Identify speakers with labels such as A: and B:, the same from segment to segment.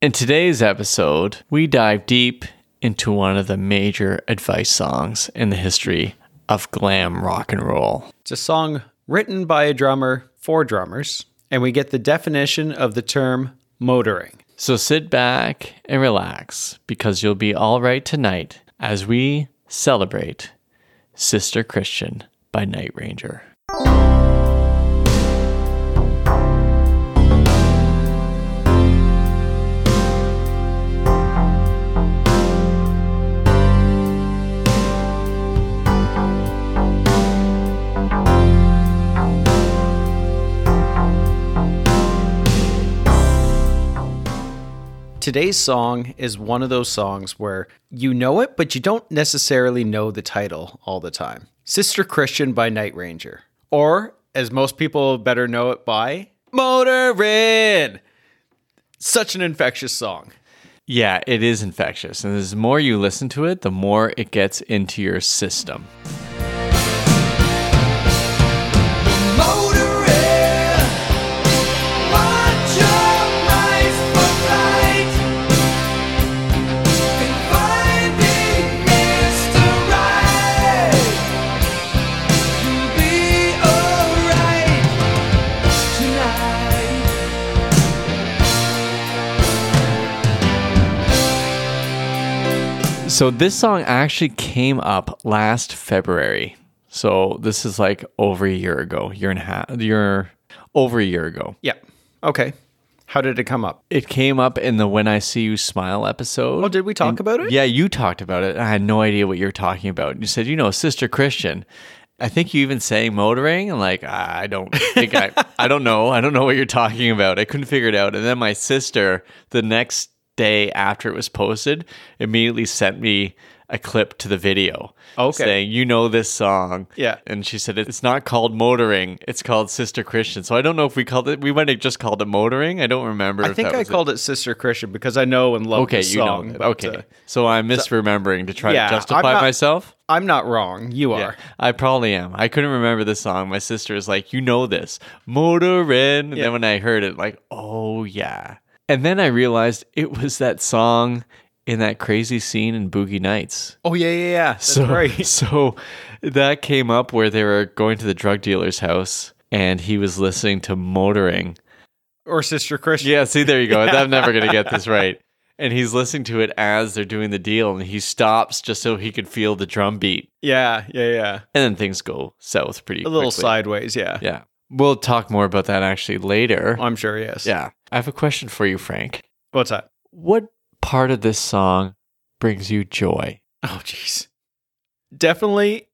A: In today's episode, we dive deep into one of the major advice songs in the history of glam rock and roll.
B: It's a song written by a drummer for drummers, and we get the definition of the term motoring.
A: So sit back and relax because you'll be all right tonight as we celebrate Sister Christian by Night Ranger.
B: Today's song is one of those songs where you know it, but you don't necessarily know the title all the time. Sister Christian by Night Ranger. Or, as most people better know it by, Motorin. Such an infectious song.
A: Yeah, it is infectious. And the more you listen to it, the more it gets into your system. So this song actually came up last February. So this is like over a year ago, year and a half, year over a year ago.
B: Yeah. Okay. How did it come up?
A: It came up in the "When I See You Smile" episode.
B: Oh, did we talk about it?
A: Yeah, you talked about it. I had no idea what you were talking about. You said, you know, Sister Christian. I think you even say motoring. and like, I don't think I, I don't know. I don't know what you're talking about. I couldn't figure it out. And then my sister, the next day after it was posted, immediately sent me a clip to the video.
B: Okay.
A: Saying, you know this song.
B: Yeah.
A: And she said, it's not called motoring. It's called Sister Christian. So I don't know if we called it, we might have just called it motoring. I don't remember.
B: I think I called it. Sister Christian because I know and love
A: Okay,
B: the
A: you know.
B: song.
A: that.
B: but,
A: Okay,
B: uh,
A: so I'm misremembering to try
B: Yeah, I'm
A: to justify
B: not-
A: myself.
B: I'm not wrong. You are.
A: Yeah, I probably am. I couldn't remember the song. My sister is like, "You know this, motorin." And
B: Yeah.
A: then when I heard it, like, "Oh yeah." And then I realized it was that song in that crazy scene in Boogie Nights.
B: Oh yeah, yeah, yeah. That's
A: so,
B: right.
A: so that came up where they were going to the drug dealer's house, and he was listening to motoring.
B: Or Sister Christian.
A: Yeah, see, there you go. I'm never going to get this right. And he's listening to it as they're doing the deal, and he stops just so he could feel the drum beat.
B: Yeah, yeah, yeah.
A: And then things go south pretty
B: A little
A: quickly.
B: sideways, yeah.
A: Yeah. We'll talk more about that actually later.
B: I'm sure, yes.
A: Yeah. I have a question for you, Frank.
B: What's that?
A: What part of this song brings you joy?
B: Oh jeez. Definitely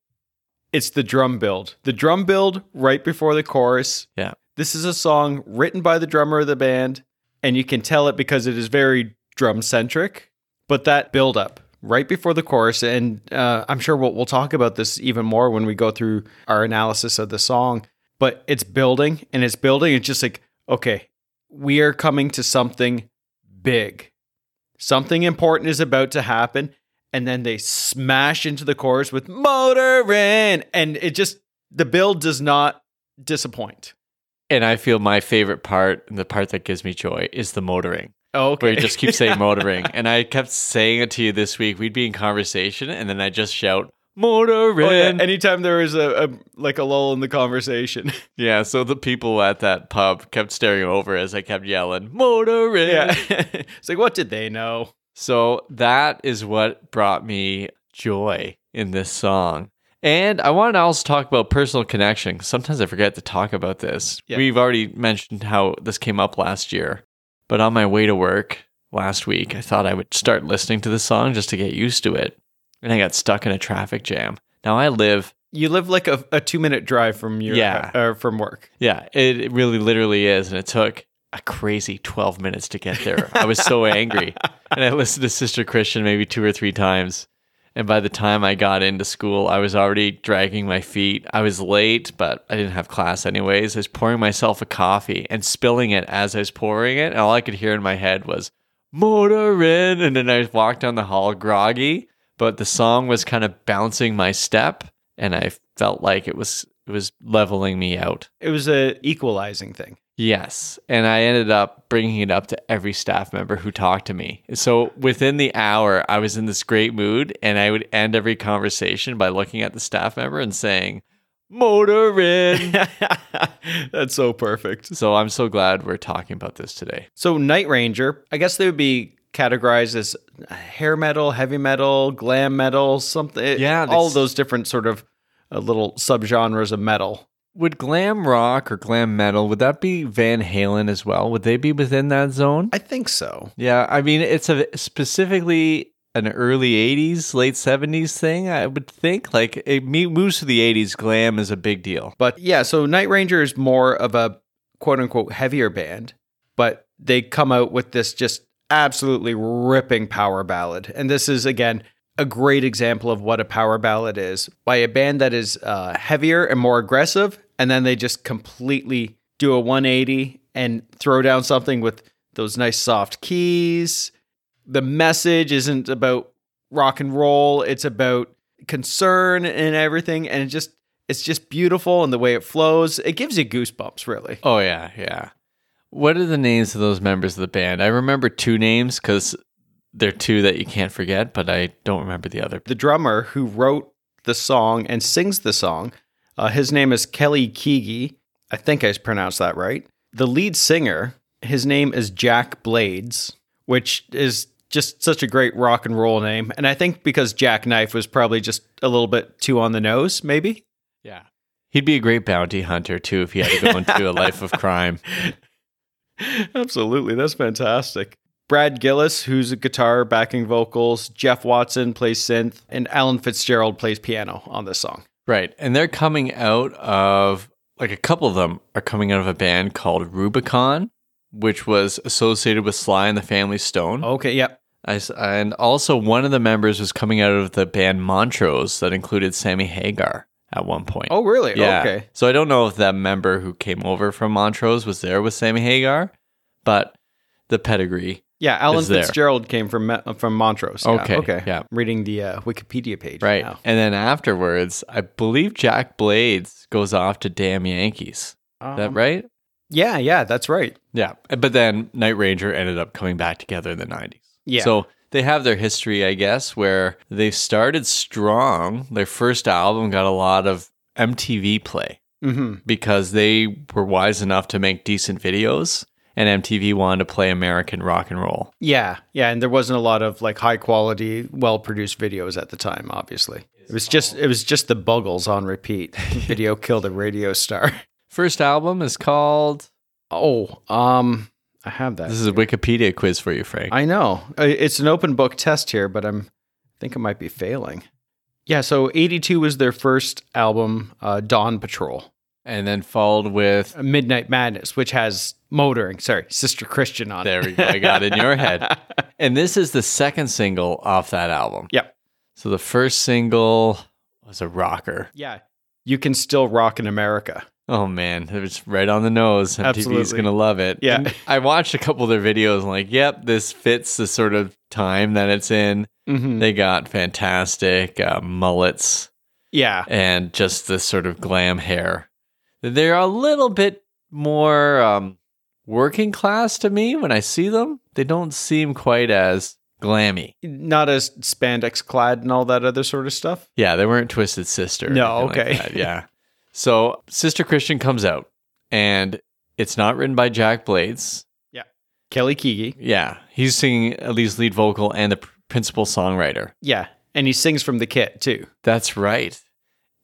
B: it's the drum build. The drum build right before the chorus.
A: Yeah.
B: This is a song written by the drummer of the band, and you can tell it because it is very drum centric. But that build up right before the chorus, and uh, I'm sure we'll, we'll talk about this even more when we go through our analysis of the song. But it's building and it's building. It's just like, okay, we are coming to something big. Something important is about to happen. And then they smash into the chorus with motorin. And it just, the build does not disappoint.
A: And I feel my favorite part and the part that gives me joy is the motoring,
B: Oh,
A: where
B: okay.
A: you just keep saying motoring. And I kept saying it to you this week. We'd be in conversation, and then I just shout, motoring.
B: Oh, yeah. Anytime there is a, a like a lull in the conversation.
A: Yeah, so the people at that pub kept staring over as I kept yelling, Motorin.
B: yeah. it's like, what did they know?
A: So that is what brought me joy in this song. And I want to also talk about personal connection. Sometimes I forget to talk about this.
B: Yeah.
A: We've already mentioned how this came up last year, but on my way to work last week, I thought I would start listening to this song just to get used to it. And I got stuck in a traffic jam. Now I live
B: You live like a, a two minute drive from your
A: Yeah.
B: uh, from work.
A: Yeah, it it really literally is. And it took a crazy 12 minutes to get there. I was so angry. And I listened to Sister Christian maybe two or three times. And by the time I got into school, I was already dragging my feet. I was late, but I didn't have class anyways. I was pouring myself a coffee and spilling it as I was pouring it. And all I could hear in my head was, Motorin. And then I walked down the hall groggy, but the song was kind of bouncing my step. And I felt like it was it was leveling me out.
B: It was a equalizing thing.
A: Yes. And I ended up bringing it up to every staff member who talked to me. So within the hour, I was in this great mood, and I would end every conversation by looking at the staff member and saying, Motorin.
B: That's so perfect.
A: so I'm so glad we're talking about this today.
B: So Night Ranger, I guess they would be categorized as uh, hair metal, heavy metal, glam metal, something.
A: Yeah,
B: all
A: that's-
B: those different sort of uh, little subgenres of metal.
A: Would glam rock or glam metal, would that be Van Halen as well? Would they be within that zone?
B: I think so.
A: Yeah, I mean it's a specifically an early '80s, late '70s thing. I would think like it me- moves to the '80s. Glam is a big deal.
B: But yeah, so Night Ranger is more of a quote unquote heavier band, but they come out with this just absolutely ripping power ballad. And this is, again, a great example of what a power ballad is by a band that is uh, heavier and more aggressive. And then they just completely do a 180 and throw down something with those nice soft keys. The message isn't about rock and roll, it's about concern and everything. And it just, it's just beautiful and the way it flows. It gives you goosebumps, really.
A: Oh yeah, yeah. What are the names of those members of the band? I remember two names because they're two that you can't forget, but I don't remember the other.
B: the drummer who wrote the song and sings the song. Uh, his name is Kelly Keegi. I think I pronounced that right. The lead singer, his name is Jack Blades, which is just such a great rock and roll name. And I think because Jack Knife was probably just a little bit too on the nose, maybe.
A: Yeah, he'd be a great bounty hunter too if he had to go into a life of crime.
B: Absolutely. That's fantastic. Brad Gillis, who's a guitar backing vocals, Jeff Watson plays synth, and Alan Fitzgerald plays piano on this song.
A: Right. And they're coming out of, like, a couple of them are coming out of a band called Rubicon, which was associated with Sly and the Family Stone.
B: Okay, yep.
A: I s and also, one of the members was coming out of the band Montrose that included Sammy Hagar at one point.
B: Oh, really?
A: yeah.
B: Okay.
A: So I don't know if that member who came over from Montrose was there with Sammy Hagar, but the pedigree.
B: Yeah, Alan
A: is there.
B: Fitzgerald came from uh, from Montrose. Yeah,
A: Okay,
B: okay.
A: yeah.
B: I'm reading the uh, Wikipedia page
A: Right.
B: now.
A: And then afterwards, I believe Jack Blades goes off to Damn Yankees. Is that
B: Um,
A: right?
B: Yeah, yeah, that's right.
A: Yeah, but then Night Ranger ended up coming back together in the 90s.
B: Yeah.
A: So they have their history, I guess, where they started strong. Their first album got a lot of MTV play
B: hmm
A: because they were wise enough to make decent videos and MTV wanted to play American rock and roll.
B: Yeah, yeah, and there wasn't a lot of like high quality, well produced videos at the time. Obviously, it was just it was just the Buggles on repeat. Video killed a radio star.
A: First album is called
B: Oh, um, I have that.
A: This is a Wikipedia quiz for you, Frank.
B: I know I- it's an open book test here, but I'm I think I might be failing. Yeah, so '82 was their first album, uh, Dawn Patrol. uh,
A: and then followed with
B: Midnight Madness, which has motoring, sorry, Sister Christian on
A: There
B: it.
A: we go. I got it in your head. And this is the second single off that album.
B: Yep.
A: So the first single was a rocker.
B: yeah. You can still rock in America.
A: Oh man, it was right on the nose. MTV's
B: Absolutely.
A: gonna love it.
B: Yeah.
A: And I watched a couple of their videos and like, yep, this fits the sort of time that it's in.
B: Mm-hmm.
A: They got fantastic uh, mullets
B: Yeah.
A: and just this sort of glam hair. They're a little bit more um, working class to me when I see them. They don't seem quite as glammy.
B: Not as spandex clad and all that other sort of stuff.
A: Yeah, they weren't Twisted Sister. or
B: No,
A: anything like
B: okay.
A: that, yeah. So Sister Christian comes out and it's not written by Jack Blades.
B: Kelly Keegi.
A: Yeah, he's singing at least lead vocal and the pr- principal songwriter.
B: Yeah. And he sings from the kit too.
A: That's right.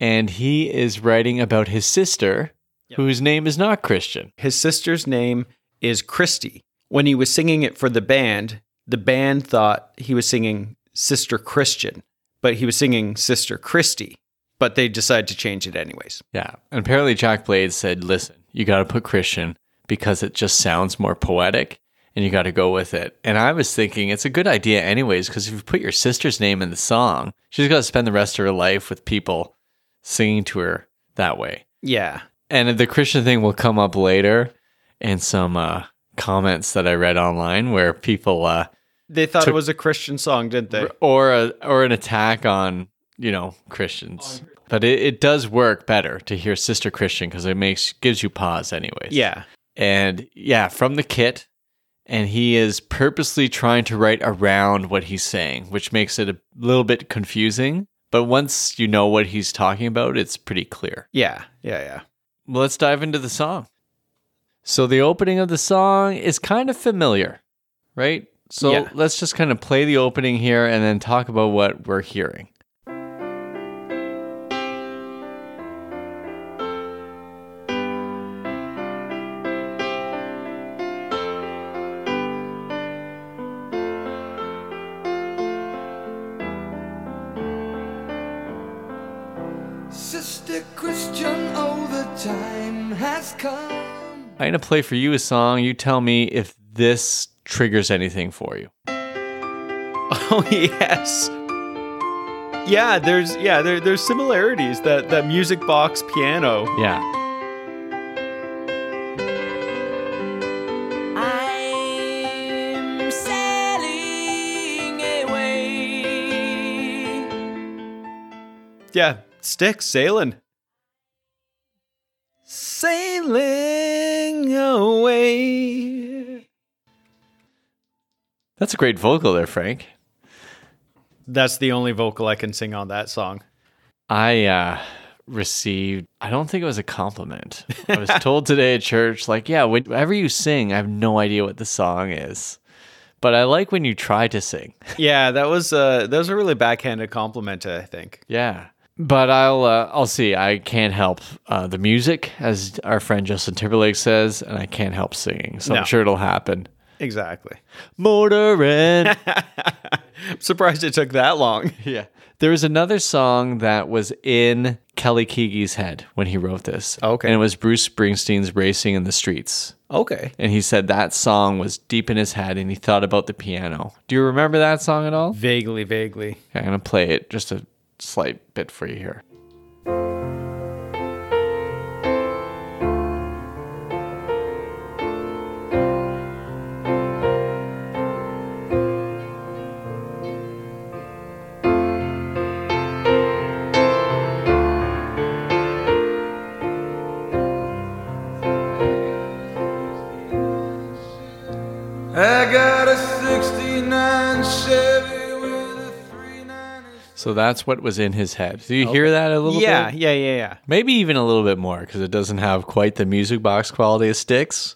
A: And he is writing about his sister,
B: Yep.
A: whose name is not Christian.
B: His sister's name is Christy. When he was singing it for the band, the band thought he was singing Sister Christian, but he was singing Sister Christy, but they decided to change it anyways.
A: Yeah. And apparently Jack Blades said, listen, you got to put Christian because it just sounds more poetic and you got to go with it. And I was thinking it's a good idea, anyways, because if you put your sister's name in the song, she's got to spend the rest of her life with people singing to her that way.
B: Yeah.
A: And the Christian thing will come up later in some uh, comments that I read online where people, uh,
B: They thought
A: Took-
B: it was a Christian song, didn't they?
A: or, a, or an attack on, you know, Christians. But it, it does work better to hear Sister Christian because it makes gives you pause, anyways.
B: Yeah.
A: and yeah, from the kit. And he is purposely trying to write around what he's saying, which makes it a little bit confusing. But once you know what he's talking about, it's pretty clear.
B: Yeah, yeah, yeah.
A: Well, let's dive into the song. So, the opening of the song is kind of familiar, right? So,
B: Yeah.
A: let's just kind of play the opening here and then talk about what we're hearing.
C: Sister Christian, oh, the time has come.
A: I'm going to play for you a song. You tell me if this triggers anything for you.
B: Oh yes. Yeah, there's yeah, there, there's similarities. That that music box piano.
A: Yeah.
C: I'm sailing away.
B: Yeah. Stick sailing.
C: Sailing away.
A: That's a great vocal there, Frank.
B: That's the only vocal I can sing on that song.
A: I uh, received, I don't think it was a compliment. I was told today at church, like, yeah, whenever you sing, I have no idea what the song is. But I like when you try to sing.
B: Yeah, that was uh that was a really backhanded compliment, I think.
A: Yeah. But I'll uh, I'll see. I can't help uh, the music, as our friend Justin Timberlake says, and I can't help singing. So
B: No.
A: I'm sure it'll happen.
B: Exactly.
A: Motorin.
B: I'm surprised it took that long.
A: yeah. There was another song that was in Kelly Keege's head when he wrote this.
B: Okay.
A: And it was Bruce Springsteen's "Racing in the Streets,"
B: Okay.
A: and he said that song was deep in his head, and he thought about the piano. Do you remember that song at all?
B: Vaguely, vaguely.
A: Okay, I'm gonna play it just a slight bit for you here.
C: I got a 69 Chevy with a 39.
A: So that's what was in his head. Do you hear that a little
B: Yeah,
A: bit?
B: yeah, yeah, yeah.
A: Maybe even a little bit more because it doesn't have quite the music box quality of Sticks.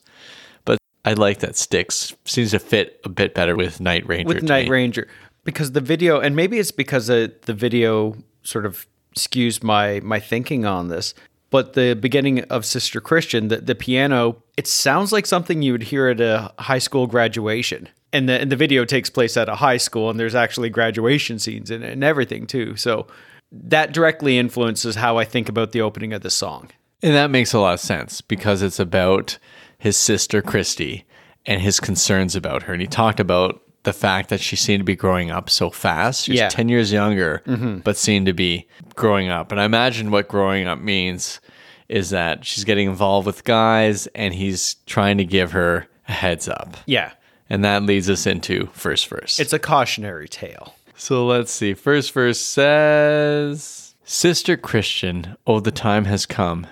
A: But I like that Sticks seems to fit a bit better with Night Ranger.
B: with
A: to
B: Night
A: me.
B: Ranger because the video, and maybe it's because uh, the video sort of skews my my thinking on this. But the beginning of Sister Christian, the, the piano, it sounds like something you would hear at a high school graduation. And the, and the video takes place at a high school, and there's actually graduation scenes in it and everything too. So that directly influences how I think about the opening of the song.
A: And that makes a lot of sense because it's about his sister Christy and his concerns about her. And he talked about the fact that she seemed to be growing up so fast. She's
B: Yeah. Mm-hmm.
A: 10 years younger, but seemed to be growing up. And I imagine what growing up means is that she's getting involved with guys and he's trying to give her a heads up.
B: Yeah,
A: And that leads us into first verse.
B: it's a cautionary tale.
A: So let's see. First verse says Sister Christian, oh, the time has come,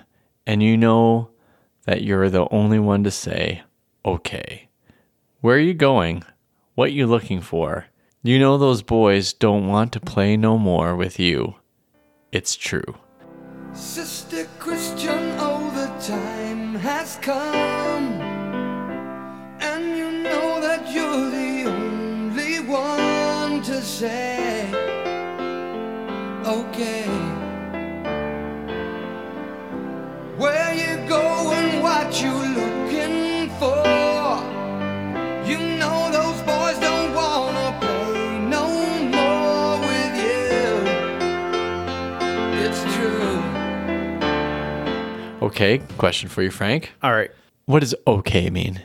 A: and you know that you're the only one to say, okay. Where are you going? What you looking for? You know those boys don't want to play no more with you. It's true.
C: Sister Christian, oh, the time has come. And you know that you're the only one to say, okay. Where you going, what you looking for? You know those boys don't wanna play no more with you. It's true.
A: Okay, question for you, Frank.
B: All right,
A: What does okay mean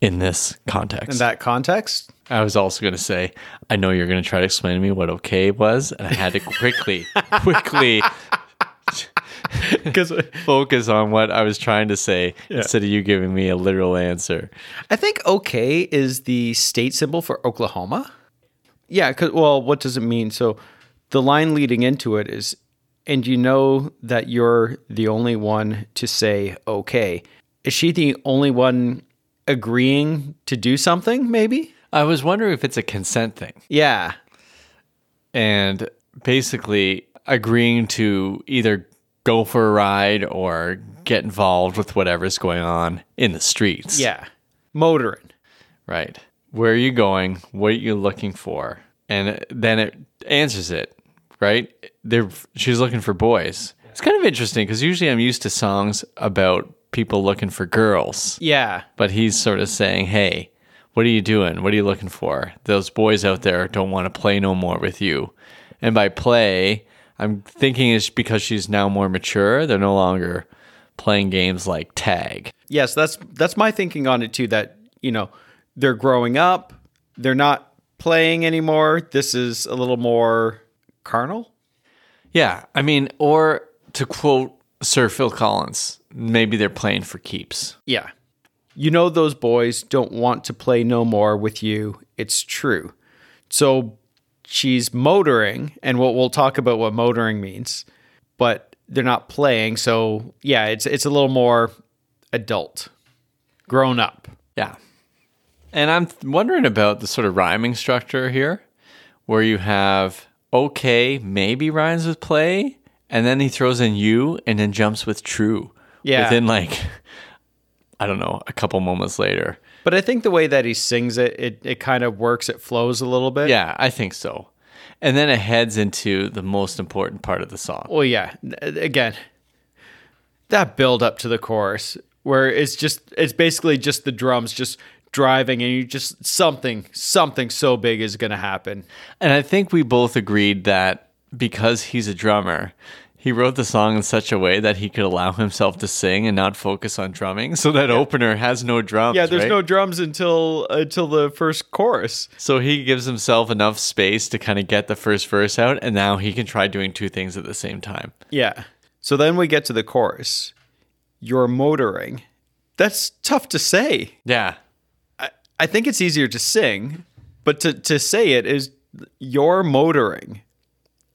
A: in this context?
B: in that context,
A: I was also going to say, I know you're going to try to explain to me what okay was, and I had to quickly, quickly
B: because
A: focus on what I was trying to say instead of you giving me a literal answer.
B: I think OK is the state symbol for Oklahoma. Yeah, 'cause- well, what does it mean? So the line leading into it is, and you know that you're the only one to say OK. is she the only one agreeing to do something? Maybe.
A: I was wondering if it's a consent thing.
B: Yeah.
A: and basically agreeing to either go for a ride or get involved with whatever's going on in the streets.
B: Yeah. Motoring.
A: Right. Where are you going? What are you looking for? And then it answers it, right? They're, she's looking for boys. It's kind of interesting because usually I'm used to songs about people looking for girls,
B: Yeah.
A: but he's sort of saying, hey, what are you doing? What are you looking for? Those boys out there don't want to play no more with you. And by play, I'm thinking it's because she's now more mature. They're no longer playing games like tag.
B: Yes, that's that's my thinking on it too. That you know they're growing up, they're not playing anymore. This is a little more carnal.
A: Yeah. I mean, or to quote Sir Phil Collins, maybe they're playing for keeps.
B: Yeah, you know those boys don't want to play no more with you. It's true. So she's motoring, and we'll, we'll talk about what motoring means. But they're not playing, so yeah, it's it's a little more adult, grown up.
A: Yeah. And I'm th- wondering about the sort of rhyming structure here, where you have okay, maybe rhymes with play, and then he throws in you and then jumps with true.
B: Yeah.
A: Within like, I don't know, a couple moments later.
B: But I think the way that he sings it, it it kind of works. It flows a little bit.
A: Yeah, I think so. And then it heads into the most important part of the song.
B: Well, yeah. n- Again, that build up to the chorus where it's just it's basically just the drums just driving and you just something something so big is going to happen.
A: And I think we both agreed that because he's a drummer, he wrote the song in such a way that he could allow himself to sing and not focus on drumming. So that opener has no drums.
B: Yeah, there's
A: right?
B: no drums until until the first chorus.
A: So he gives himself enough space to kind of get the first verse out, and now he can try doing two things at the same time.
B: Yeah. So then we get to the chorus. You're motoring. That's tough to say.
A: Yeah.
B: I think it's easier to sing, but to, to say it is you're motoring.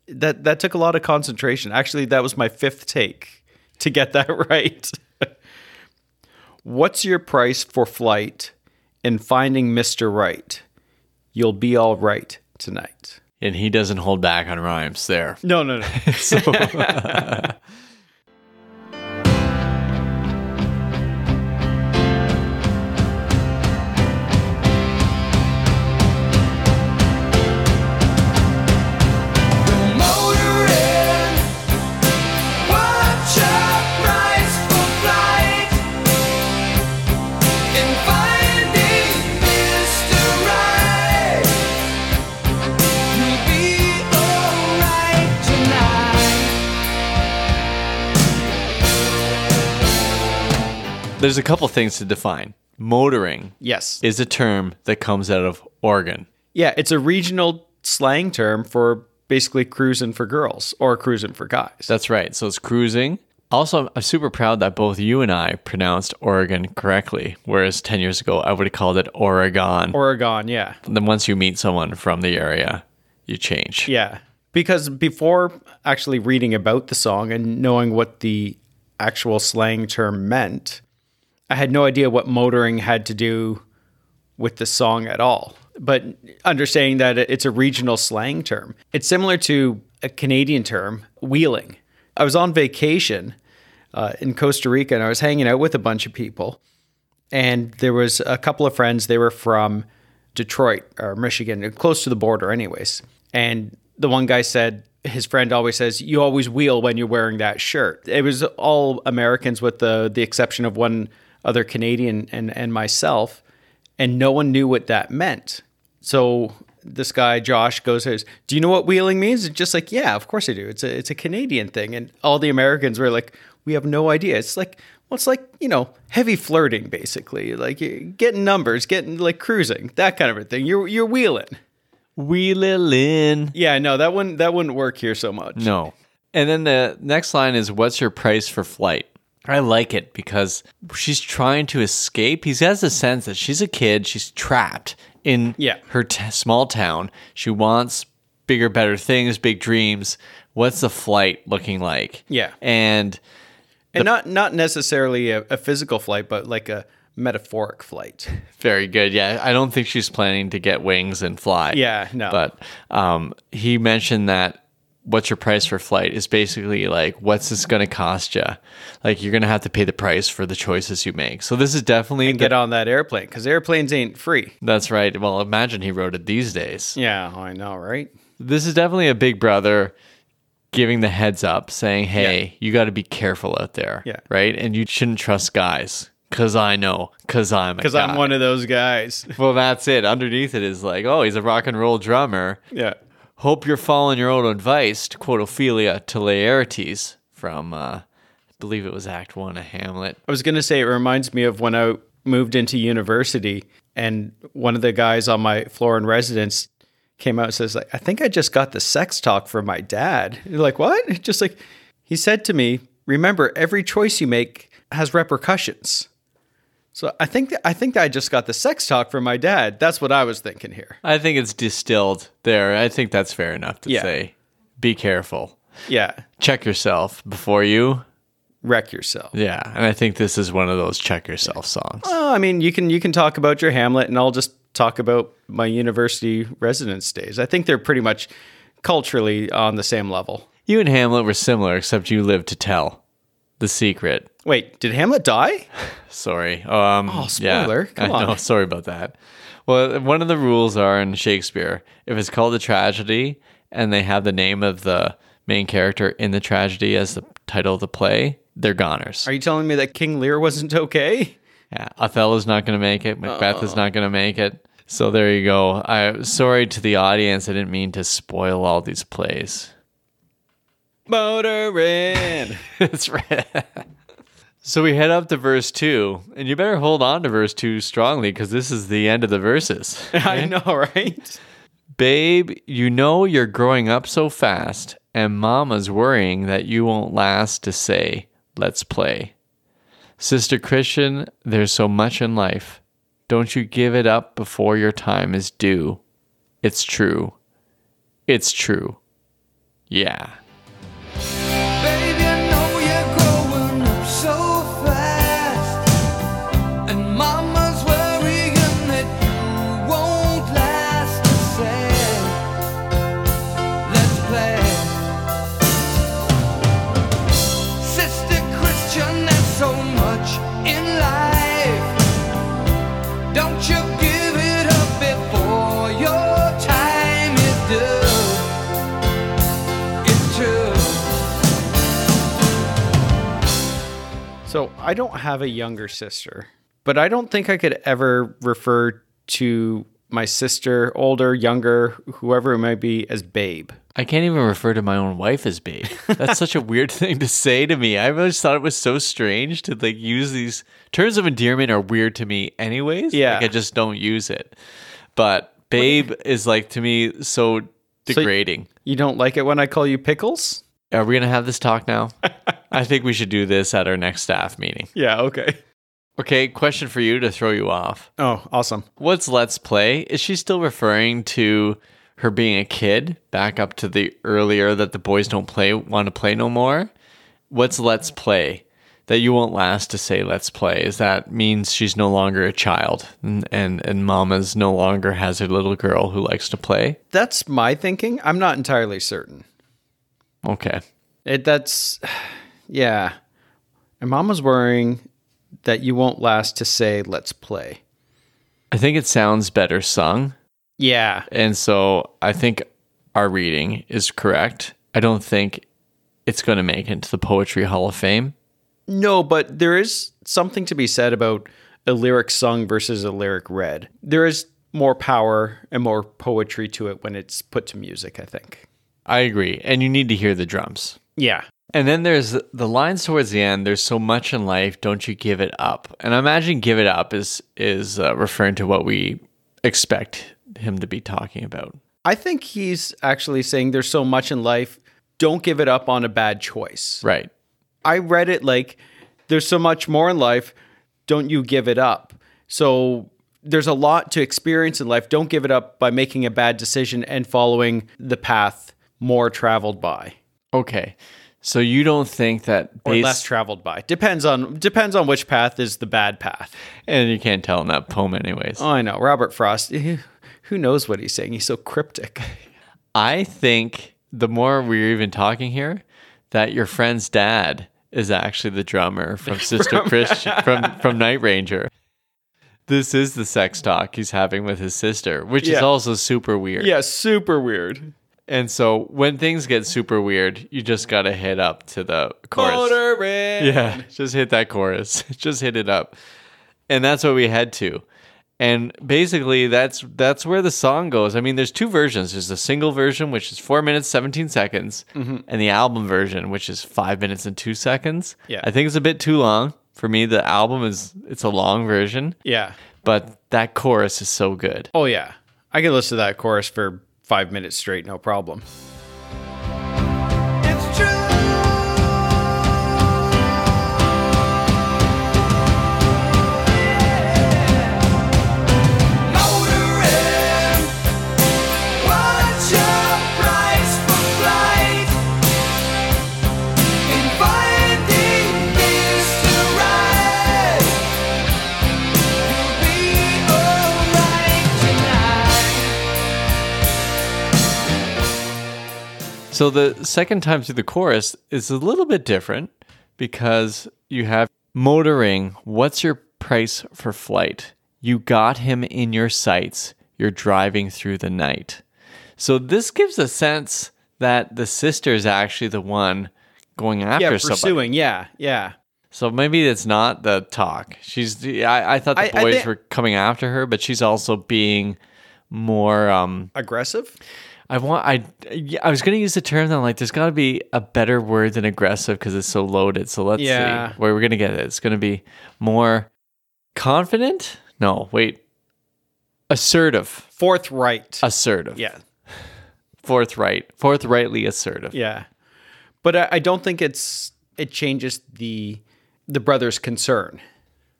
B: That that took a lot of concentration. Actually, that was my fifth take to get that right. What's your price for flight and finding Mr. Right? You'll be all right tonight.
A: And he doesn't hold back on rhymes there.
B: No, no, no.
A: So
C: Motoring, watch out, price for flight, and finding Mr. Right. You'll be alright tonight.
A: there's a couple things to define. Motoring
B: yes.
A: is a term that comes out of Oregon.
B: Yeah, it's a regional slang term for basically cruising for girls or cruising for guys.
A: That's right. So it's cruising. Also, I'm- I'm super proud that both you and I pronounced Oregon correctly, whereas 10 years ago, I would have called it Oregon.
B: Oregon, yeah.
A: then once you meet someone from the area, you change.
B: Yeah. Because before actually reading about the song and knowing what the actual slang term meant, I had no idea what motoring had to do with the song at all. But understanding that it- it's a regional slang term, it's similar to a Canadian term, wheeling. I was on vacation uh, in Costa Rica and I was hanging out with a bunch of people and there was a couple of friends they were from detroit or michigan close to the border anyways and the one guy said his friend always says you always wheel when you're wearing that shirt it was all americans with the the exception of one other canadian and and myself and no one knew what that meant so this guy Josh goes, says, "Do you know what wheeling means?" And just like, "Yeah, of course I do. It's a it's a Canadian thing." And all the Americans were like, "We have no idea." It's like, well, it's like you know, heavy flirting basically, like you're getting numbers, getting like cruising, that kind of a thing. You're you're wheeling.
A: Wheelin'.
B: Yeah, no, that wouldn't that wouldn't work here so much.
A: No. And then the next line is what's your price for flight? I like it because she's trying to escape. He has the sense that she's a kid, she's trapped in
B: Yeah.
A: her t- small town. She wants bigger, better things, big dreams. What's the flight looking like?
B: Yeah.
A: And
B: and not not necessarily a, a physical flight, but like a metaphoric flight.
A: Very good. Yeah, I don't think she's planning to get wings and fly.
B: Yeah, no.
A: But um, he mentioned that what's your price for flight is basically like what's this going to cost you? Like you're going to have to pay the price for the choices you make. So this is definitely the-
B: Get on that airplane because airplanes ain't free.
A: that's right. Well, imagine he wrote it these days.
B: Yeah, I know, right?
A: This is definitely a big brother giving the heads up saying, "Hey, you got to be careful out there."
B: Yeah.
A: Right? And you shouldn't trust guys cuz I know cuz I'm a
B: Because
A: guy.
B: I'm one of those guys.
A: Well, that's it. Underneath it is like, "Oh, he's a rock and roll drummer."
B: yeah.
A: Hope you're following your own advice, to quote Ophelia to Laertes from, uh, I believe it was Act One of Hamlet.
B: I was going to say it reminds me of when I moved into university and one of the guys on my floor in residence came out and says like I think I just got the sex talk from my dad. You're like, "What?" Just like he said to me, "Remember, every choice you make has repercussions." So I think that, I think that I just got the sex talk from my dad. That's what I was thinking here.
A: I think it's distilled there. I think that's fair enough to
B: Yeah.
A: say. Be careful.
B: Yeah.
A: Check yourself before you.
B: Wreck yourself.
A: Yeah. And I think this is one of those check yourself songs.
B: Oh, I mean, you can you can talk about your Hamlet, and I'll just talk about my university residence days. I think they're pretty much culturally on the same level.
A: You and Hamlet were similar, except you lived to tell the secret.
B: Wait, did Hamlet die?
A: Sorry. Um, oh,
B: spoiler.
A: Yeah,
B: Come
A: I know.
B: on.
A: Sorry about that. Well, one of the rules are in Shakespeare if it's called a tragedy and they have the name of the main character in the tragedy as the title of the play, they're goners.
B: Are you telling me that King Lear wasn't okay?
A: Yeah, Othello's not going to make it. Macbeth
B: Oh.
A: is not going to make it. So there you go. I sorry to the audience. I didn't mean to spoil all these plays.
B: Motorin.
A: That's right. so we head up to verse two, and you better hold on to verse two strongly because this is the end of the verses.
B: I know, right?
A: Babe, you know you're growing up so fast, and mama's worrying that you won't last to say, let's play. Sister Christian, there's so much in life. Don't you give it up before your time is due. It's true. It's true. Yeah.
C: Baby, I know you're growing up so fast, and Mama's worrying that you won't last to say, let's play. Sister Christian, there's so much in life. Don't you give it up before your time is due. It's true.
B: So I don't have a younger sister, but I don't think I could ever refer to my sister, older, younger, whoever it might be, as babe.
A: I can't even refer to my own wife as babe. That's such a weird thing to say to me. I've always thought it was so strange to like use these terms of endearment are weird to me anyways.
B: Yeah.
A: Like I just don't use it. But babe is like to me so degrading.
B: You don't like it when I call you pickles?
A: are we gonna have this talk now? I think we should do this at our next staff meeting.
B: Yeah, okay.
A: Okay, question for you to throw you off.
B: Oh, awesome.
A: What's let's play? Is she still referring to her being a kid back up to the earlier that the boys don't play want to play no more? What's let's play? That you won't last to say let's play is that means she's no longer a child and and, and mama's no longer has her little girl who likes to play.
B: That's my thinking. I'm not entirely certain.
A: Okay.
B: It that's yeah. And mama's worrying that you won't last to say let's play.
A: I think it sounds better sung.
B: Yeah.
A: And so I think our reading is correct. I don't think it's going to make it to the Poetry Hall of Fame.
B: No, but there is something to be said about a lyric sung versus a lyric read. There is more power and more poetry to it when it's put to music, I think.
A: I agree. And you need to hear the drums.
B: Yeah.
A: And then there's the lines towards the end. There's so much in life. Don't you give it up? And I imagine "give it up" is is uh, referring to what we expect him to be talking about.
B: I think he's actually saying there's so much in life, don't give it up on a bad choice.
A: Right.
B: I read it like there's so much more in life. Don't you give it up. So there's a lot to experience in life. Don't give it up by making a bad decision and following the path more traveled by.
A: Okay. So you don't think that
B: or
A: bass
B: less traveled by. Depends on depends on which path is the bad path.
A: and you can't tell in that poem anyways.
B: Oh, I know. Robert Frost. Who knows what he's saying? He's so cryptic.
A: I think the more we're even talking here, that your friend's dad is actually the drummer from Sister Christian from from Night Ranger. This is the sex talk he's having with his sister, which is
B: Yeah.
A: also super weird.
B: Yeah, super weird.
A: And so when things get super weird, you just gotta hit up to the chorus. Yeah, just hit that chorus. just hit it up. And that's what we had to. And basically that's that's where the song goes. I mean, there's two versions. There's the single version, which is four minutes, seventeen seconds, and the album version, which is five minutes and two seconds.
B: Yeah.
A: I think it's a bit too long. For me, the album is it's a long version,
B: Yeah.
A: but that chorus is so good.
B: Oh yeah. I could listen to that chorus for five minutes straight, no problem.
C: It's true. Motoring. What's your price for flight? In finding things to ride, you'll be alright tonight.
A: So the second time through the chorus is a little bit different because you have motoring. What's your price for flight? You got him in your sights. You're driving through the night. So this gives a sense that the sister is actually the one going after
B: Yeah,
A: somebody.
B: pursuing. Yeah, yeah.
A: So maybe it's not the talk. She's. I, I thought the
B: I- I
A: boys
B: thi-
A: were coming after her, but she's also being more um,
B: Aggressive?
A: I want I yeah, I was gonna use the term that I'm like there's gotta be a better word than aggressive because it's so loaded. So let's
B: Yeah.
A: see where we're gonna get it. It's gonna be more confident. No, wait. Assertive.
B: Forthright.
A: Assertive.
B: yeah.
A: Forthright. Forthrightly assertive.
B: Yeah. But I, I don't think it's it changes the the brother's concern.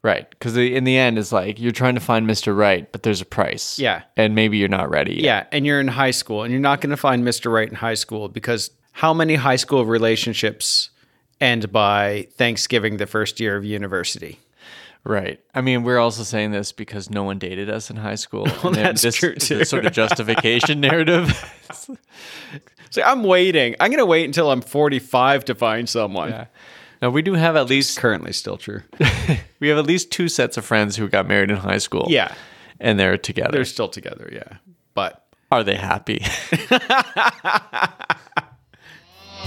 A: Right. Because in the end, it's like you're trying to find Mr. Right, but there's a price.
B: Yeah.
A: And maybe you're not ready. Yet.
B: Yeah, and you're in high school and you're not going to find Mr. Right in high school because how many high school relationships end by Thanksgiving the first year of university?
A: Right. I mean, we're also saying this because no one dated us in high school. and then
B: that's
A: this,
B: true,
A: this
B: too.
A: sort of justification narrative.
B: So I'm waiting. I'm going to wait until I'm 45 to find someone.
A: Now we do have at least
B: Currently still true.
A: We have at least two sets of friends who got married in high school.
B: Yeah.
A: And they're together.
B: They're still together, yeah. But
A: Are they happy?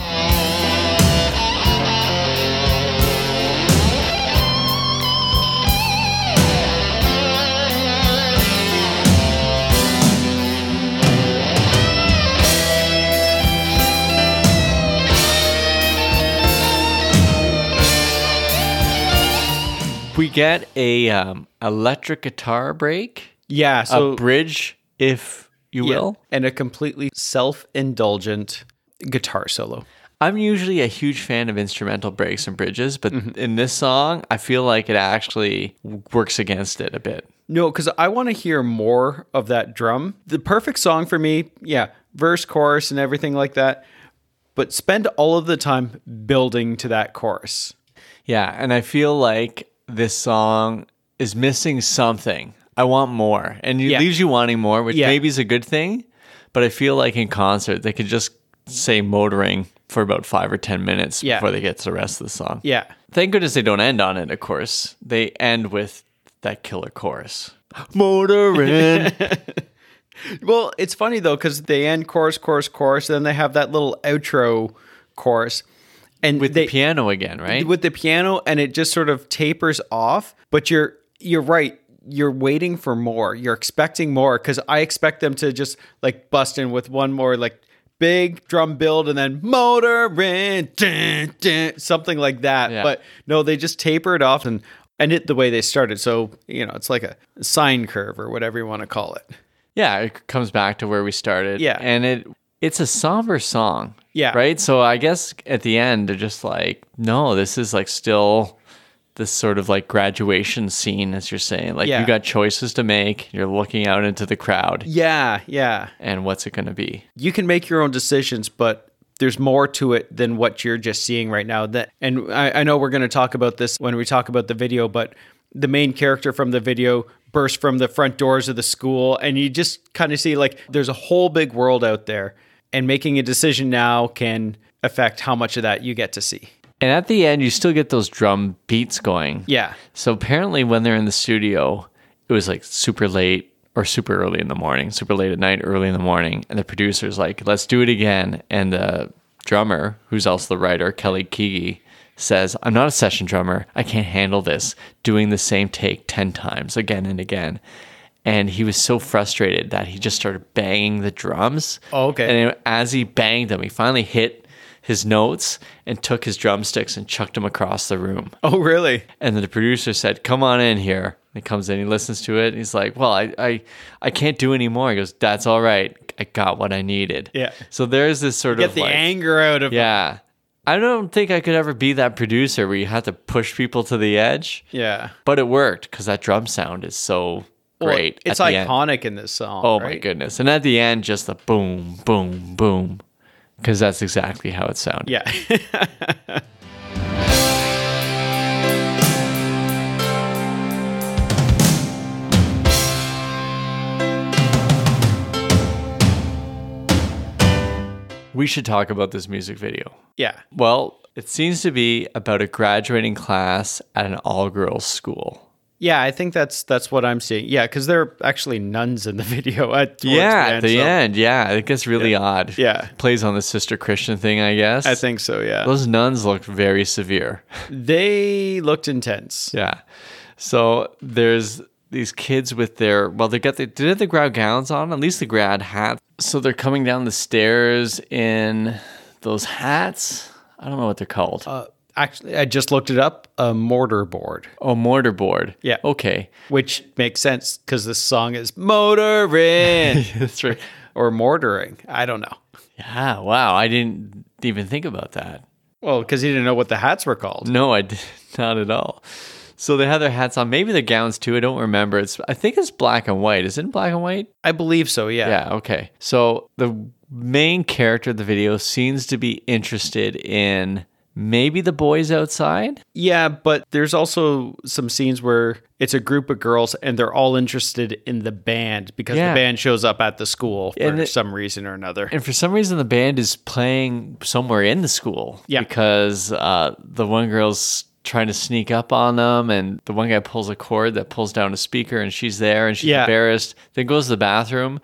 A: we get a um, electric guitar break
B: yeah, so
A: a bridge, if you
B: yeah,
A: will.
B: and a completely self-indulgent guitar solo.
A: I'm usually a huge fan of instrumental breaks and bridges, but in this song, I feel like it actually works against it a bit.
B: No, because I want to hear more of that drum. The perfect song for me, yeah, verse, chorus, and everything like that. But spend all of the time building to that chorus.
A: Yeah, and I feel like this song is missing something. I want more, and it
B: Yeah.
A: leaves you wanting more, which
B: Yeah.
A: maybe is a good thing. But I feel like in concert, they could just say motoring for about five or ten minutes
B: Yeah.
A: before they get to the rest of the song.
B: Yeah.
A: Thank goodness they don't end on it, of course. They end with that killer chorus. Motoring.
B: Well, it's funny though, because they end chorus, chorus, chorus, then they have that little outro chorus. And
A: with
B: they,
A: the piano again, right?
B: with the piano and it just sort of tapers off but you're you're right you're waiting for more you're expecting more because i expect them to just like bust in with one more like big drum build and then motor in, dun, dun, something like that
A: Yeah.
B: but no they just taper it off and end it the way they started so you know it's like a sine curve or whatever you want to call it
A: yeah, it comes back to where we started.
B: Yeah.
A: and it it's a somber song.
B: Yeah.
A: right. So I guess at the end they're just like, no, this is like still this sort of like graduation scene, as you're saying. Like
B: Yeah.
A: you got choices to make. You're looking out into the crowd,
B: yeah yeah
A: and what's it going to be?
B: you can make your own decisions but there's more to it than what you're just seeing right now. That and I, I know we're going to talk about this when we talk about the video, but the main character from the video bursts from the front doors of the school, and you just kind of see like there's a whole big world out there, and making a decision now can affect how much of that you get to see.
A: And at the end, you still get those drum beats going.
B: Yeah,
A: So apparently, when they're in the studio, it was like super late or super early in the morning, super late at night, early in the morning. And the producer's like, let's do it again. And the drummer, who's also the writer, Kelly Keegi, says, I'm not a session drummer. I can't handle this, doing the same take 10 times again and again. And he was so frustrated that he just started banging the drums.
B: Oh, okay.
A: And as he banged them, he finally hit his notes and took his drumsticks and chucked them across the room.
B: Oh, really?
A: And then the producer said, "Come on in here." And he comes in, he listens to it, and he's like, "Well, I, I, I can't do any more." He goes, "That's all right. I got what I needed."
B: Yeah.
A: So there's this sort
B: Get
A: of
B: the
A: like,
B: anger out of
A: yeah. I don't think I could ever be that producer where you have to push people to the edge,
B: yeah.
A: but it worked because that drum sound is so
B: Well,
A: great.
B: it's
A: at the end.
B: iconic in this song.
A: Oh my
B: right?
A: goodness! And at the end, just the boom, boom, boom, because that's exactly how it sounded.
B: Yeah.
A: We should talk about this music video.
B: yeah.
A: Well, it seems to be about a graduating class at an all girls school.
B: Yeah, I think that's that's what I'm seeing. Yeah, because there are actually nuns in the video. At towards
A: yeah,
B: the
A: at
B: end,
A: the
B: so-
A: end. Yeah, it gets really odd.
B: Yeah.
A: Plays on the sister Christian thing, I guess.
B: I think so. Yeah,
A: those nuns looked very severe.
B: they looked intense.
A: yeah. So there's these kids with their well, they got the did they have the grad gowns on? At least the grad hat. So they're coming down the stairs in those hats. I don't know what they're called.
B: Uh, actually, I just looked it up. A mortar board,
A: oh, mortarboard.
B: Yeah.
A: Okay.
B: which makes sense because this song is motoring
A: That's right.
B: or mortaring. I don't know.
A: Ah, wow. I didn't even think about that.
B: Well, because he didn't know what the hats were called.
A: No, I did not at all. So they had their hats on, maybe their gowns too. I don't remember. It's I think it's black and white. Is it in black and white?
B: I believe so. Yeah.
A: Yeah, okay. So the main character of the video seems to be interested in maybe the boys outside.
B: Yeah, but there's also some scenes where it's a group of girls and they're all interested in the band because
A: Yeah.
B: the band shows up at the school for
A: And it-
B: some reason or another.
A: And for some reason, the band is playing somewhere in the school.
B: Yeah.
A: Because uh, the one girl's trying to sneak up on them, and the one guy pulls a cord that pulls down a speaker, and she's there, and she's
B: Yeah.
A: embarrassed. Then goes to the bathroom,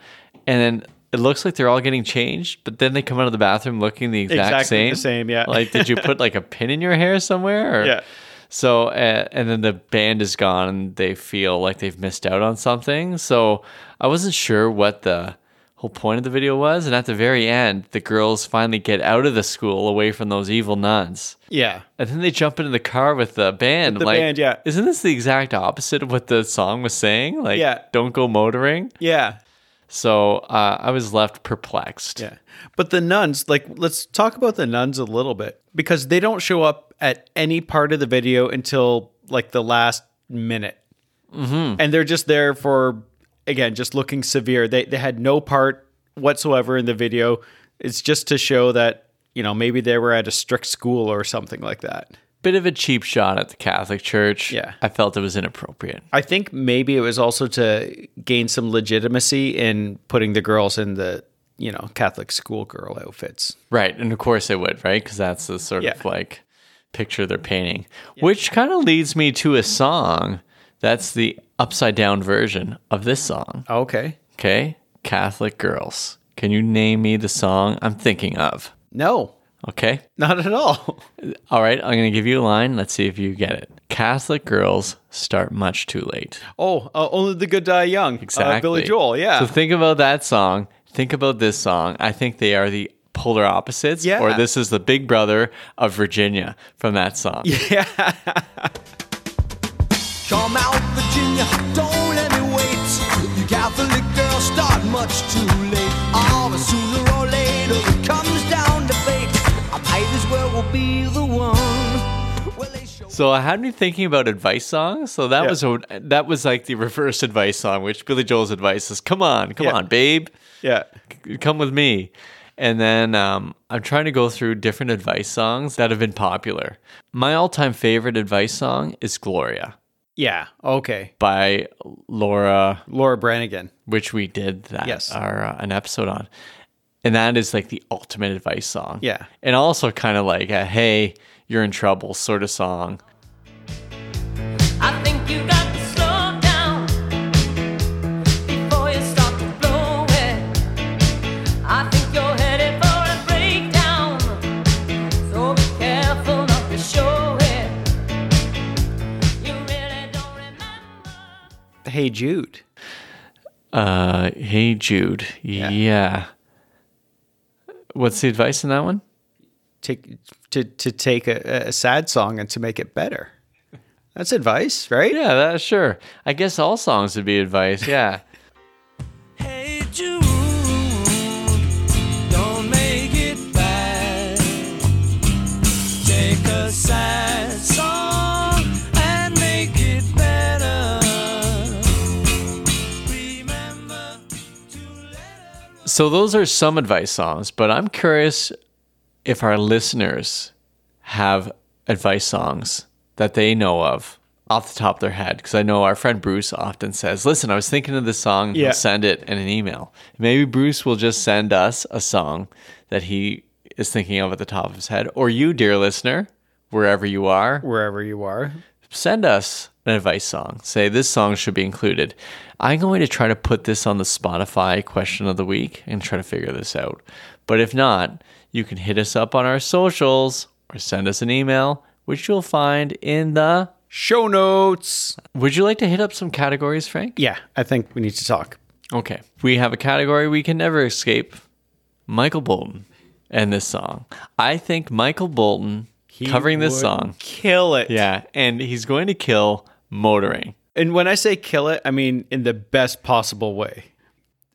A: and then it looks like they're all getting changed, but then they come out of the bathroom looking the exact
B: Exactly
A: same.
B: the same, yeah.
A: like, did you put like a pin in your hair somewhere? Or?
B: Yeah.
A: So, uh, and then the band is gone and they feel like they've missed out on something. So, I wasn't sure what the whole point of the video was. And at the very end, the girls finally get out of the school away from those evil nuns.
B: yeah.
A: And then they jump into the car with the band.
B: the
A: like,
B: band, yeah.
A: Isn't this the exact opposite of what the song was saying? Like,
B: Yeah.
A: don't go motoring.
B: Yeah.
A: So, uh, I was left perplexed.
B: Yeah. But the nuns, like, let's talk about the nuns a little bit because they don't show up at any part of the video until like the last minute. Mm-hmm. And they're just there for, again, just looking severe. They, they had no part whatsoever in the video. It's just to show that, you know, maybe they were at a strict school or something like that.
A: Bit of a cheap shot at the Catholic Church.
B: Yeah.
A: I felt it was inappropriate.
B: I think maybe it was also to gain some legitimacy in putting the girls in the, you know, Catholic schoolgirl outfits.
A: Right, and of course they would, right? Because that's the sort
B: Yeah.
A: of like picture they're painting, which kind of leads me to a song that's the upside down version of this song.
B: Okay.
A: Okay, Catholic Girls. Can you name me the song I'm thinking of?
B: No,
A: Okay,
B: not at all.
A: all right. I'm gonna give you a line. Let's see if you get it. Catholic girls start much too late.
B: Oh, uh, only the good die young.
A: Exactly.
B: Uh, Billy Joel. Yeah.
A: So think about that song. Think about this song. I think they are the polar opposites.
B: Yeah.
A: Or this is the big brother of Virginia from that song.
C: Come out, Virginia, don't let me wait. You Catholic girls start much too late. Oh, but sooner or later it comes down to fate. I might as well be the one. Well, they show
A: So I had me thinking about advice songs. So that
B: Yeah.
A: was a, that was like the reverse advice song, which Billy Joel's advice is, "Come on, come
B: Yeah.
A: on, babe,
B: yeah.
A: c- come with me." And then um, I'm trying to go through different advice songs that have been popular. My all time favorite advice song is Gloria
B: Yeah. Okay.
A: by Laura,
B: Laura Branigan.
A: which we did that
B: Yes.
A: our, uh, an episode on. And that is like the ultimate advice song.
B: Yeah.
A: And also kind of like a hey, you're in trouble sort of song.
D: I think you got to slow down before you start to blow it. I think you're headed for a breakdown, so be careful not to show it. You really don't remember.
B: Hey Jude.
A: Uh, hey, Jude. Yeah. What's the advice in that one?
B: Take to to take a, a sad song and to make it better. That's advice, right?
A: Yeah, that sure. I guess all songs would be advice. Yeah.
C: Hey Jude, don't make it bad. Take a sad song and make it better. Remember to let her
A: So those are some advice songs, but I'm curious if our listeners have advice songs that they know of off the top of their head. Because I know our friend Bruce often says, "Listen, I was thinking of this song.
B: Yeah.
A: He'll send it in an email. Maybe Bruce will just send us a song that he is thinking of at the top of his head, or you, dear listener, wherever you are,
B: Wherever you are.
A: send us an advice song. Say this song should be included. I'm going to try to put this on the Spotify question of the week and try to figure this out. But if not, you can hit us up on our socials or send us an email, which you'll find in the.
B: Show notes.
A: Would you like to hit up some categories, Frank?
B: Yeah, I think we need to talk.
A: Okay. We have a category we can never escape Michael Bolton and this song. I think Michael Bolton covering this
B: would
A: song.
B: Kill it.
A: Yeah. And he's going to kill motoring.
B: And when I say kill it, I mean in the best possible way.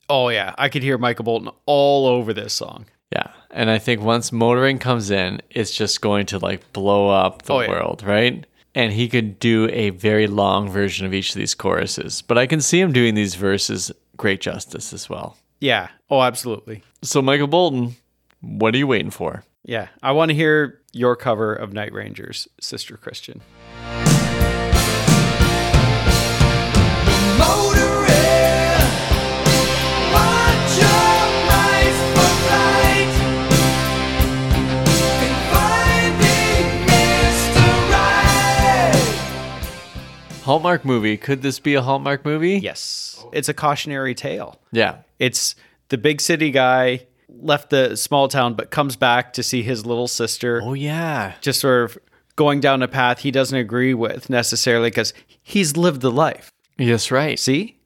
B: Oh yeah, I could hear Michael Bolton all over this song.
A: Yeah. And I think once motoring comes in, it's just going to like blow up the
B: Oh, yeah.
A: world, right? And he could do a very long version of each of these choruses. But I can see him doing these verses great justice as well.
B: Yeah. Oh, absolutely.
A: So, Michael Bolton, what are you waiting for?
B: Yeah. I want to hear your cover of Night Rangers, Sister Christian.
A: Hallmark movie. Could this be a Hallmark movie?
B: Yes. It's a cautionary tale.
A: Yeah.
B: It's the big city guy left the small town but comes back to see his little sister
A: Oh, yeah.
B: just sort of going down a path he doesn't agree with necessarily cuz he's lived the life.
A: Yes, right.
B: see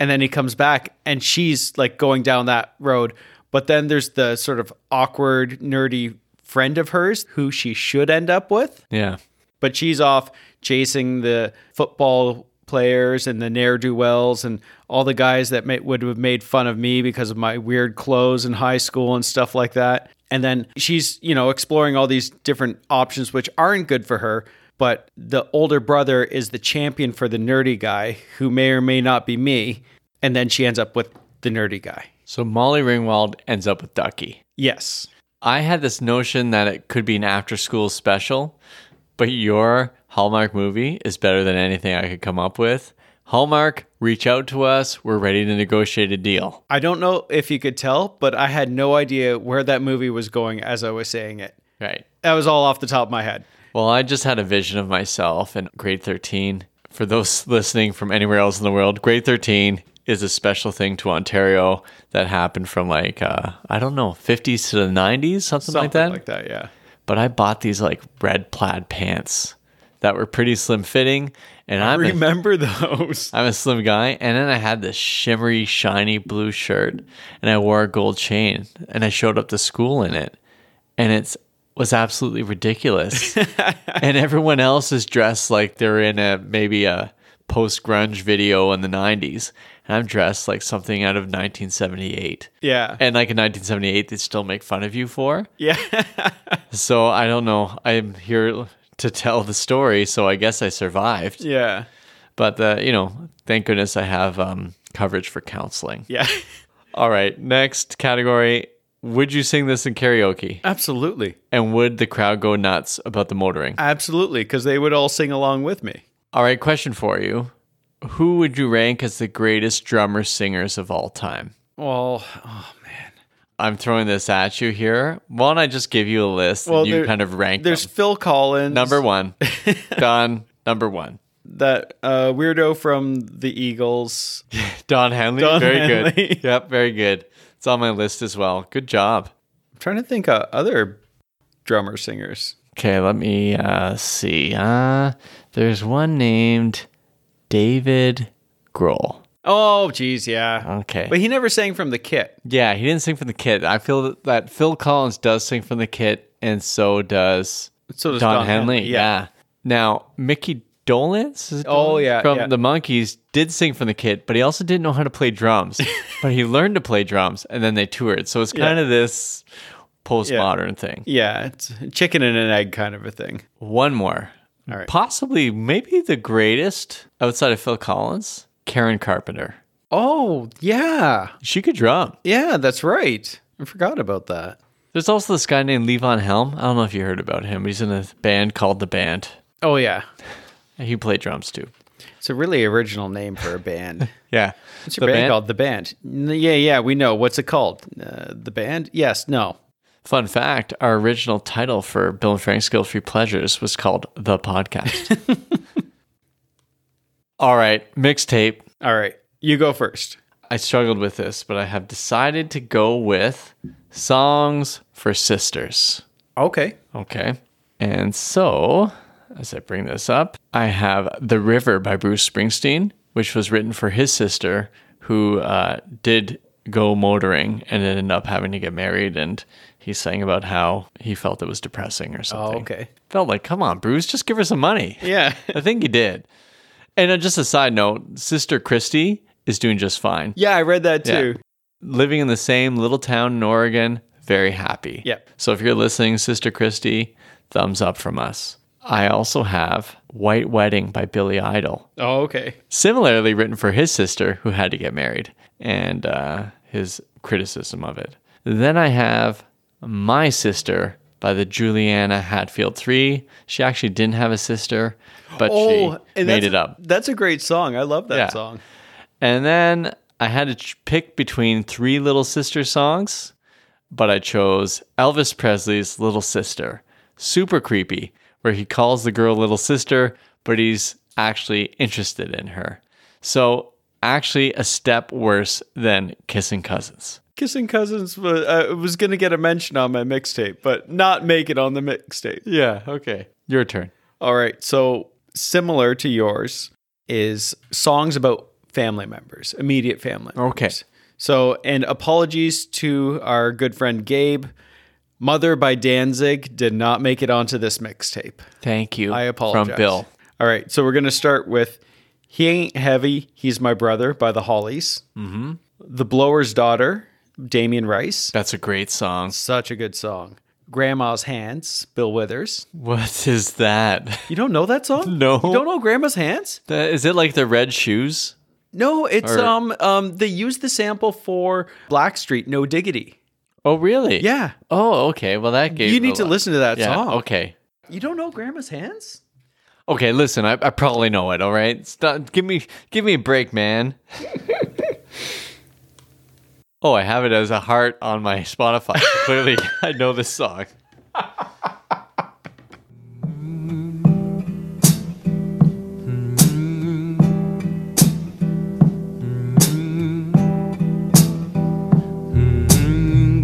B: and then he comes back and she's like going down that road but then there's the sort of awkward nerdy friend of hers who she should end up with
A: Yeah.
B: but she's off chasing the football players and the ne'er-do-wells and all the guys that may, would have made fun of me because of my weird clothes in high school and stuff like that and then she's you know exploring all these different options which aren't good for her but the older brother is the champion for the nerdy guy who may or may not be me and then she ends up with the nerdy guy
A: So, Molly Ringwald ends up with Ducky.
B: yes
A: I had this notion that it could be an after school special, but your Hallmark movie is better than anything I could come up with. Hallmark, reach out to us. We're ready to negotiate a deal.
B: i don't know if you could tell but i had no idea where that movie was going as i was saying it
A: Right.
B: that was all off the top of my head
A: Well, I just had a vision of myself in grade 13. For those listening from anywhere else in the world, grade 13 is a special thing to Ontario that happened from like, uh, I don't know, 50s to the 90s, something, like that.
B: yeah.
A: but I bought these like red plaid pants that were pretty slim fitting. And I'm a
B: Remember those?
A: I'm a slim guy, and then I had this shimmery, shiny blue shirt, and I wore a gold chain, and I showed up to school in it, and it's was absolutely ridiculous. and everyone else is dressed like they're in a maybe a post grunge video in the '90s, and I'm dressed like something out of 1978.
B: Yeah.
A: And like in 1978, they still make fun of you for.
B: yeah.
A: So I don't know. I'm here to tell the story, so I guess I survived.
B: yeah.
A: But the, you know, thank goodness I have um, coverage for counseling.
B: Yeah.
A: All right, next category Would you sing this in karaoke?
B: Absolutely.
A: And would the crowd go nuts about the motoring?
B: Absolutely. Because they would all sing along with me.
A: All right, question for you. Who would you rank as the greatest drummer singers of all time?
B: Well,
A: I'm throwing this at you here. Why don't I just give you a list
B: well,
A: and you
B: there-
A: kind of rank
B: There's
A: them?
B: Phil Collins.
A: um, Number one, Don. Number one,
B: That uh, weirdo from the Eagles.
A: Don Henley.
B: Don
A: very
B: Henley.
A: good. Yep, very good. It's on my list as well. Good job.
B: I'm trying to think of other drummer singers.
A: Okay, let me uh, see. Uh, there's one named David Grohl.
B: Oh, geez, yeah.
A: Okay.
B: But he never sang from the kit.
A: Yeah, he didn't sing from the kit. I feel that- that Phil Collins does sing from the kit, and so does
B: So does
A: Don,
B: Don
A: Henley.
B: Henley, yeah.
A: Yeah. Now Mickey Dolenz, is it
B: Oh,
A: Dolenz?
B: yeah,
A: from
B: yeah.
A: the Monkees did sing from the kit, but he also didn't know how to play drums. but he learned to play drums, and then they toured. So it's kind of this postmodern thing.
B: Yeah, it's chicken and an egg kind of a thing.
A: One more,
B: All right.
A: possibly maybe the greatest outside of Phil Collins, Karen Carpenter.
B: Oh, yeah.
A: She could drum.
B: Yeah, that's right. I forgot about that.
A: There's also this guy named Levon Helm. I don't know if you heard about him. He's in a band called The Band.
B: Oh, yeah.
A: And He played drums too.
B: It's a really original name for a band.
A: Yeah.
B: What's your band, called? The Band. N- Yeah, yeah, we know. What's it called? Uh, the Band? Yes, no.
A: Fun fact our original title for Bill and Frank's Guilt Free Pleasures was called The Podcast. All right, mixtape.
B: All right, you go first.
A: I struggled with this, but I have decided to go with Songs for Sisters.
B: Okay.
A: Okay. And so, as I bring this up, I have The River by Bruce Springsteen, which was written for his sister, who uh, did go motoring and ended up having to get married. And he sang about how he felt it was depressing or something.
B: Oh, okay.
A: Felt like, come on, Bruce, just give her some money.
B: Yeah.
A: I think he did. And uh, just a side note, Sister Christy is doing just fine
B: Yeah, I read that
A: Yeah.
B: too.
A: living in the same little town in Oregon, very happy.
B: Yep.
A: So if you're listening, Sister Christy, thumbs up from us. I also have White Wedding by Billy Idol,
B: Oh, okay.
A: similarly written for his sister who had to get married and uh, his criticism of it. Then I have My Sister by the Juliana Hatfield Three. She actually didn't have a sister, but she made
B: Oh, that's-
A: it up.
B: That's a great song. I love that
A: Yeah.
B: song.
A: And then I had to ch- pick between three Little Sister songs, but I chose Elvis Presley's Little Sister, super creepy, where he calls the girl Little Sister, but he's actually interested in her. So, actually, a step worse than Kissing Cousins.
B: Kissing Cousins was, uh, was going to get a mention on my mixtape, but not make it on the mixtape.
A: Yeah, okay. Your turn.
B: All right. So, similar to yours is songs about family members, immediate family.
A: Okay.
B: members. So, and apologies to our good friend Gabe. Mother by Danzig did not make it onto this mixtape.
A: Thank you.
B: I apologize.
A: From Bill.
B: All right. So, we're going to start with He Ain't Heavy, He's My Brother by the Hollies. Mm-hmm. The Blower's Daughter, Damien Rice.
A: That's a great song.
B: Such a good song. Grandma's Hands, Bill Withers.
A: What is that?
B: You don't know that song?
A: No.
B: You don't know Grandma's Hands?
A: That- Is it like the red shoes?
B: No, it's
A: Or-
B: um um they used the sample for Blackstreet No Diggity.
A: Oh, really?
B: Yeah.
A: Oh, okay. Well, that gave
B: You
A: it a
B: need to
A: lot.
B: listen to that
A: Yeah,
B: song.
A: Okay.
B: You don't know Grandma's Hands?
A: Okay, listen, I, I probably know it, all right? Stop, give me give me a break, man. oh, I have it as a heart on my Spotify. Clearly, I know this song.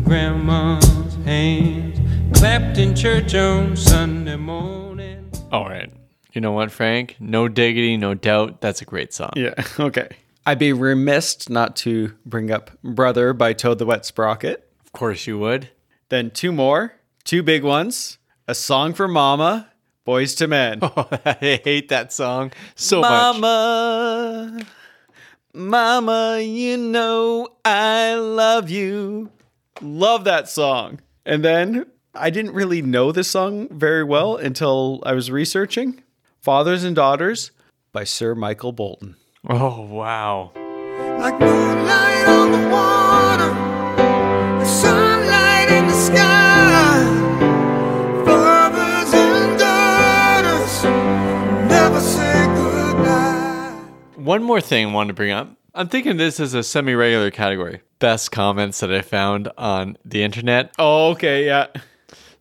E: grandma's hands clapped in church on Sunday morning.
A: All right. You know what, Frank? No diggity, no doubt. That's a great song.
B: Yeah. Okay. I'd be remiss not to bring up Brother by Toad the Wet Sprocket.
A: Of course you would.
B: Then two more, two big ones. A song for Mama, Boys to Men.
A: I hate that song so much.
B: Mama, Mama, you know I love you. Love that song. And then I didn't really know this song very well until I was researching Fathers and Daughters by Sir Michael Bolton.
A: Oh, wow.
C: Like moonlight on the water, sunlight
A: One more thing I wanted to bring up. I'm thinking this is a semi regular category. Best comments that I found on the internet.
B: Oh, okay, yeah.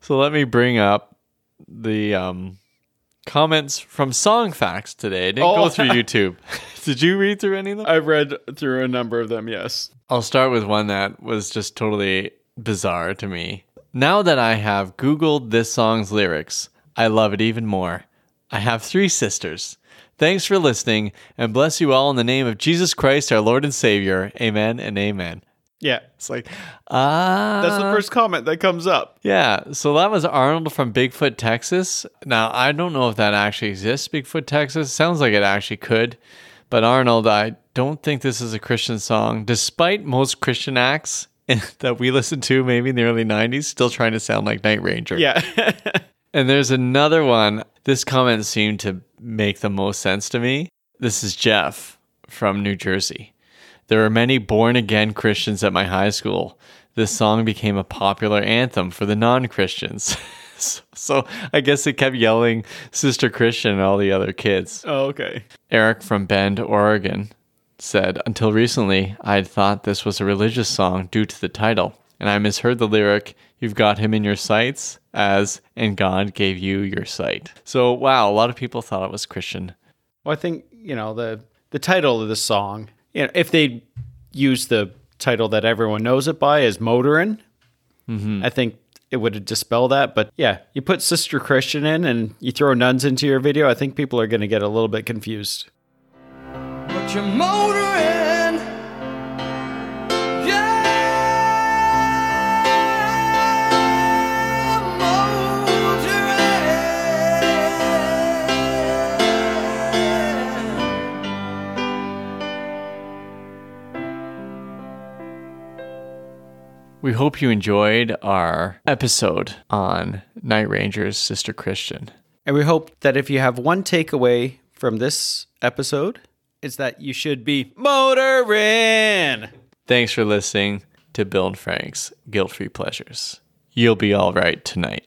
A: So let me bring up the um, comments from Song Facts today. It didn't
B: Oh.
A: go through YouTube. Did you read through any of them?
B: I've read through a number of them, yes.
A: I'll start with one that was just totally bizarre to me. Now that I have Googled this song's lyrics, I love it even more. I have three sisters. Thanks for listening, and bless you all in the name of Jesus Christ, our Lord and Savior. Amen and amen.
B: Yeah.
A: It's like, ah.
B: That's the first comment that comes up.
A: Yeah, so that was Arnold from Bigfoot, Texas. Now, I don't know if that actually exists, Bigfoot, Texas. Sounds like it actually could. But Arnold, I don't think this is a Christian song, despite most Christian acts that we listened to maybe in the early 90s still trying to sound like Night Ranger.
B: Yeah.
A: And there's another one. This comment seemed to make the most sense to me. This is Jeff from New Jersey. There were many born again Christians at my high school. This song became a popular anthem for the non Christians. so, so I guess they kept yelling Sister Christian and all the other kids.
B: oh, okay.
A: Eric from Bend, Oregon said, Until recently, I had thought this was a religious song due to the title, and I misheard the lyric, You've got him in your sights, as, and God gave you your sight. So, wow, a lot of people thought it was Christian.
B: Well, I think, you know, the the title of the song, you know, if they use the title that everyone knows it by as Motorin, I think it would dispel that. But yeah, you put Sister Christian in and you throw nuns into your video, I think people are going to get a little bit confused.
C: But you're motoring. Yeah, motoring.
A: We hope you enjoyed our episode on Night Ranger's Sister Christian.
B: And we hope that if you have one takeaway from this episode, it's that you should be motoring.
A: Thanks for listening to Bill and Frank's Guilt Free Pleasures. You'll be all right tonight.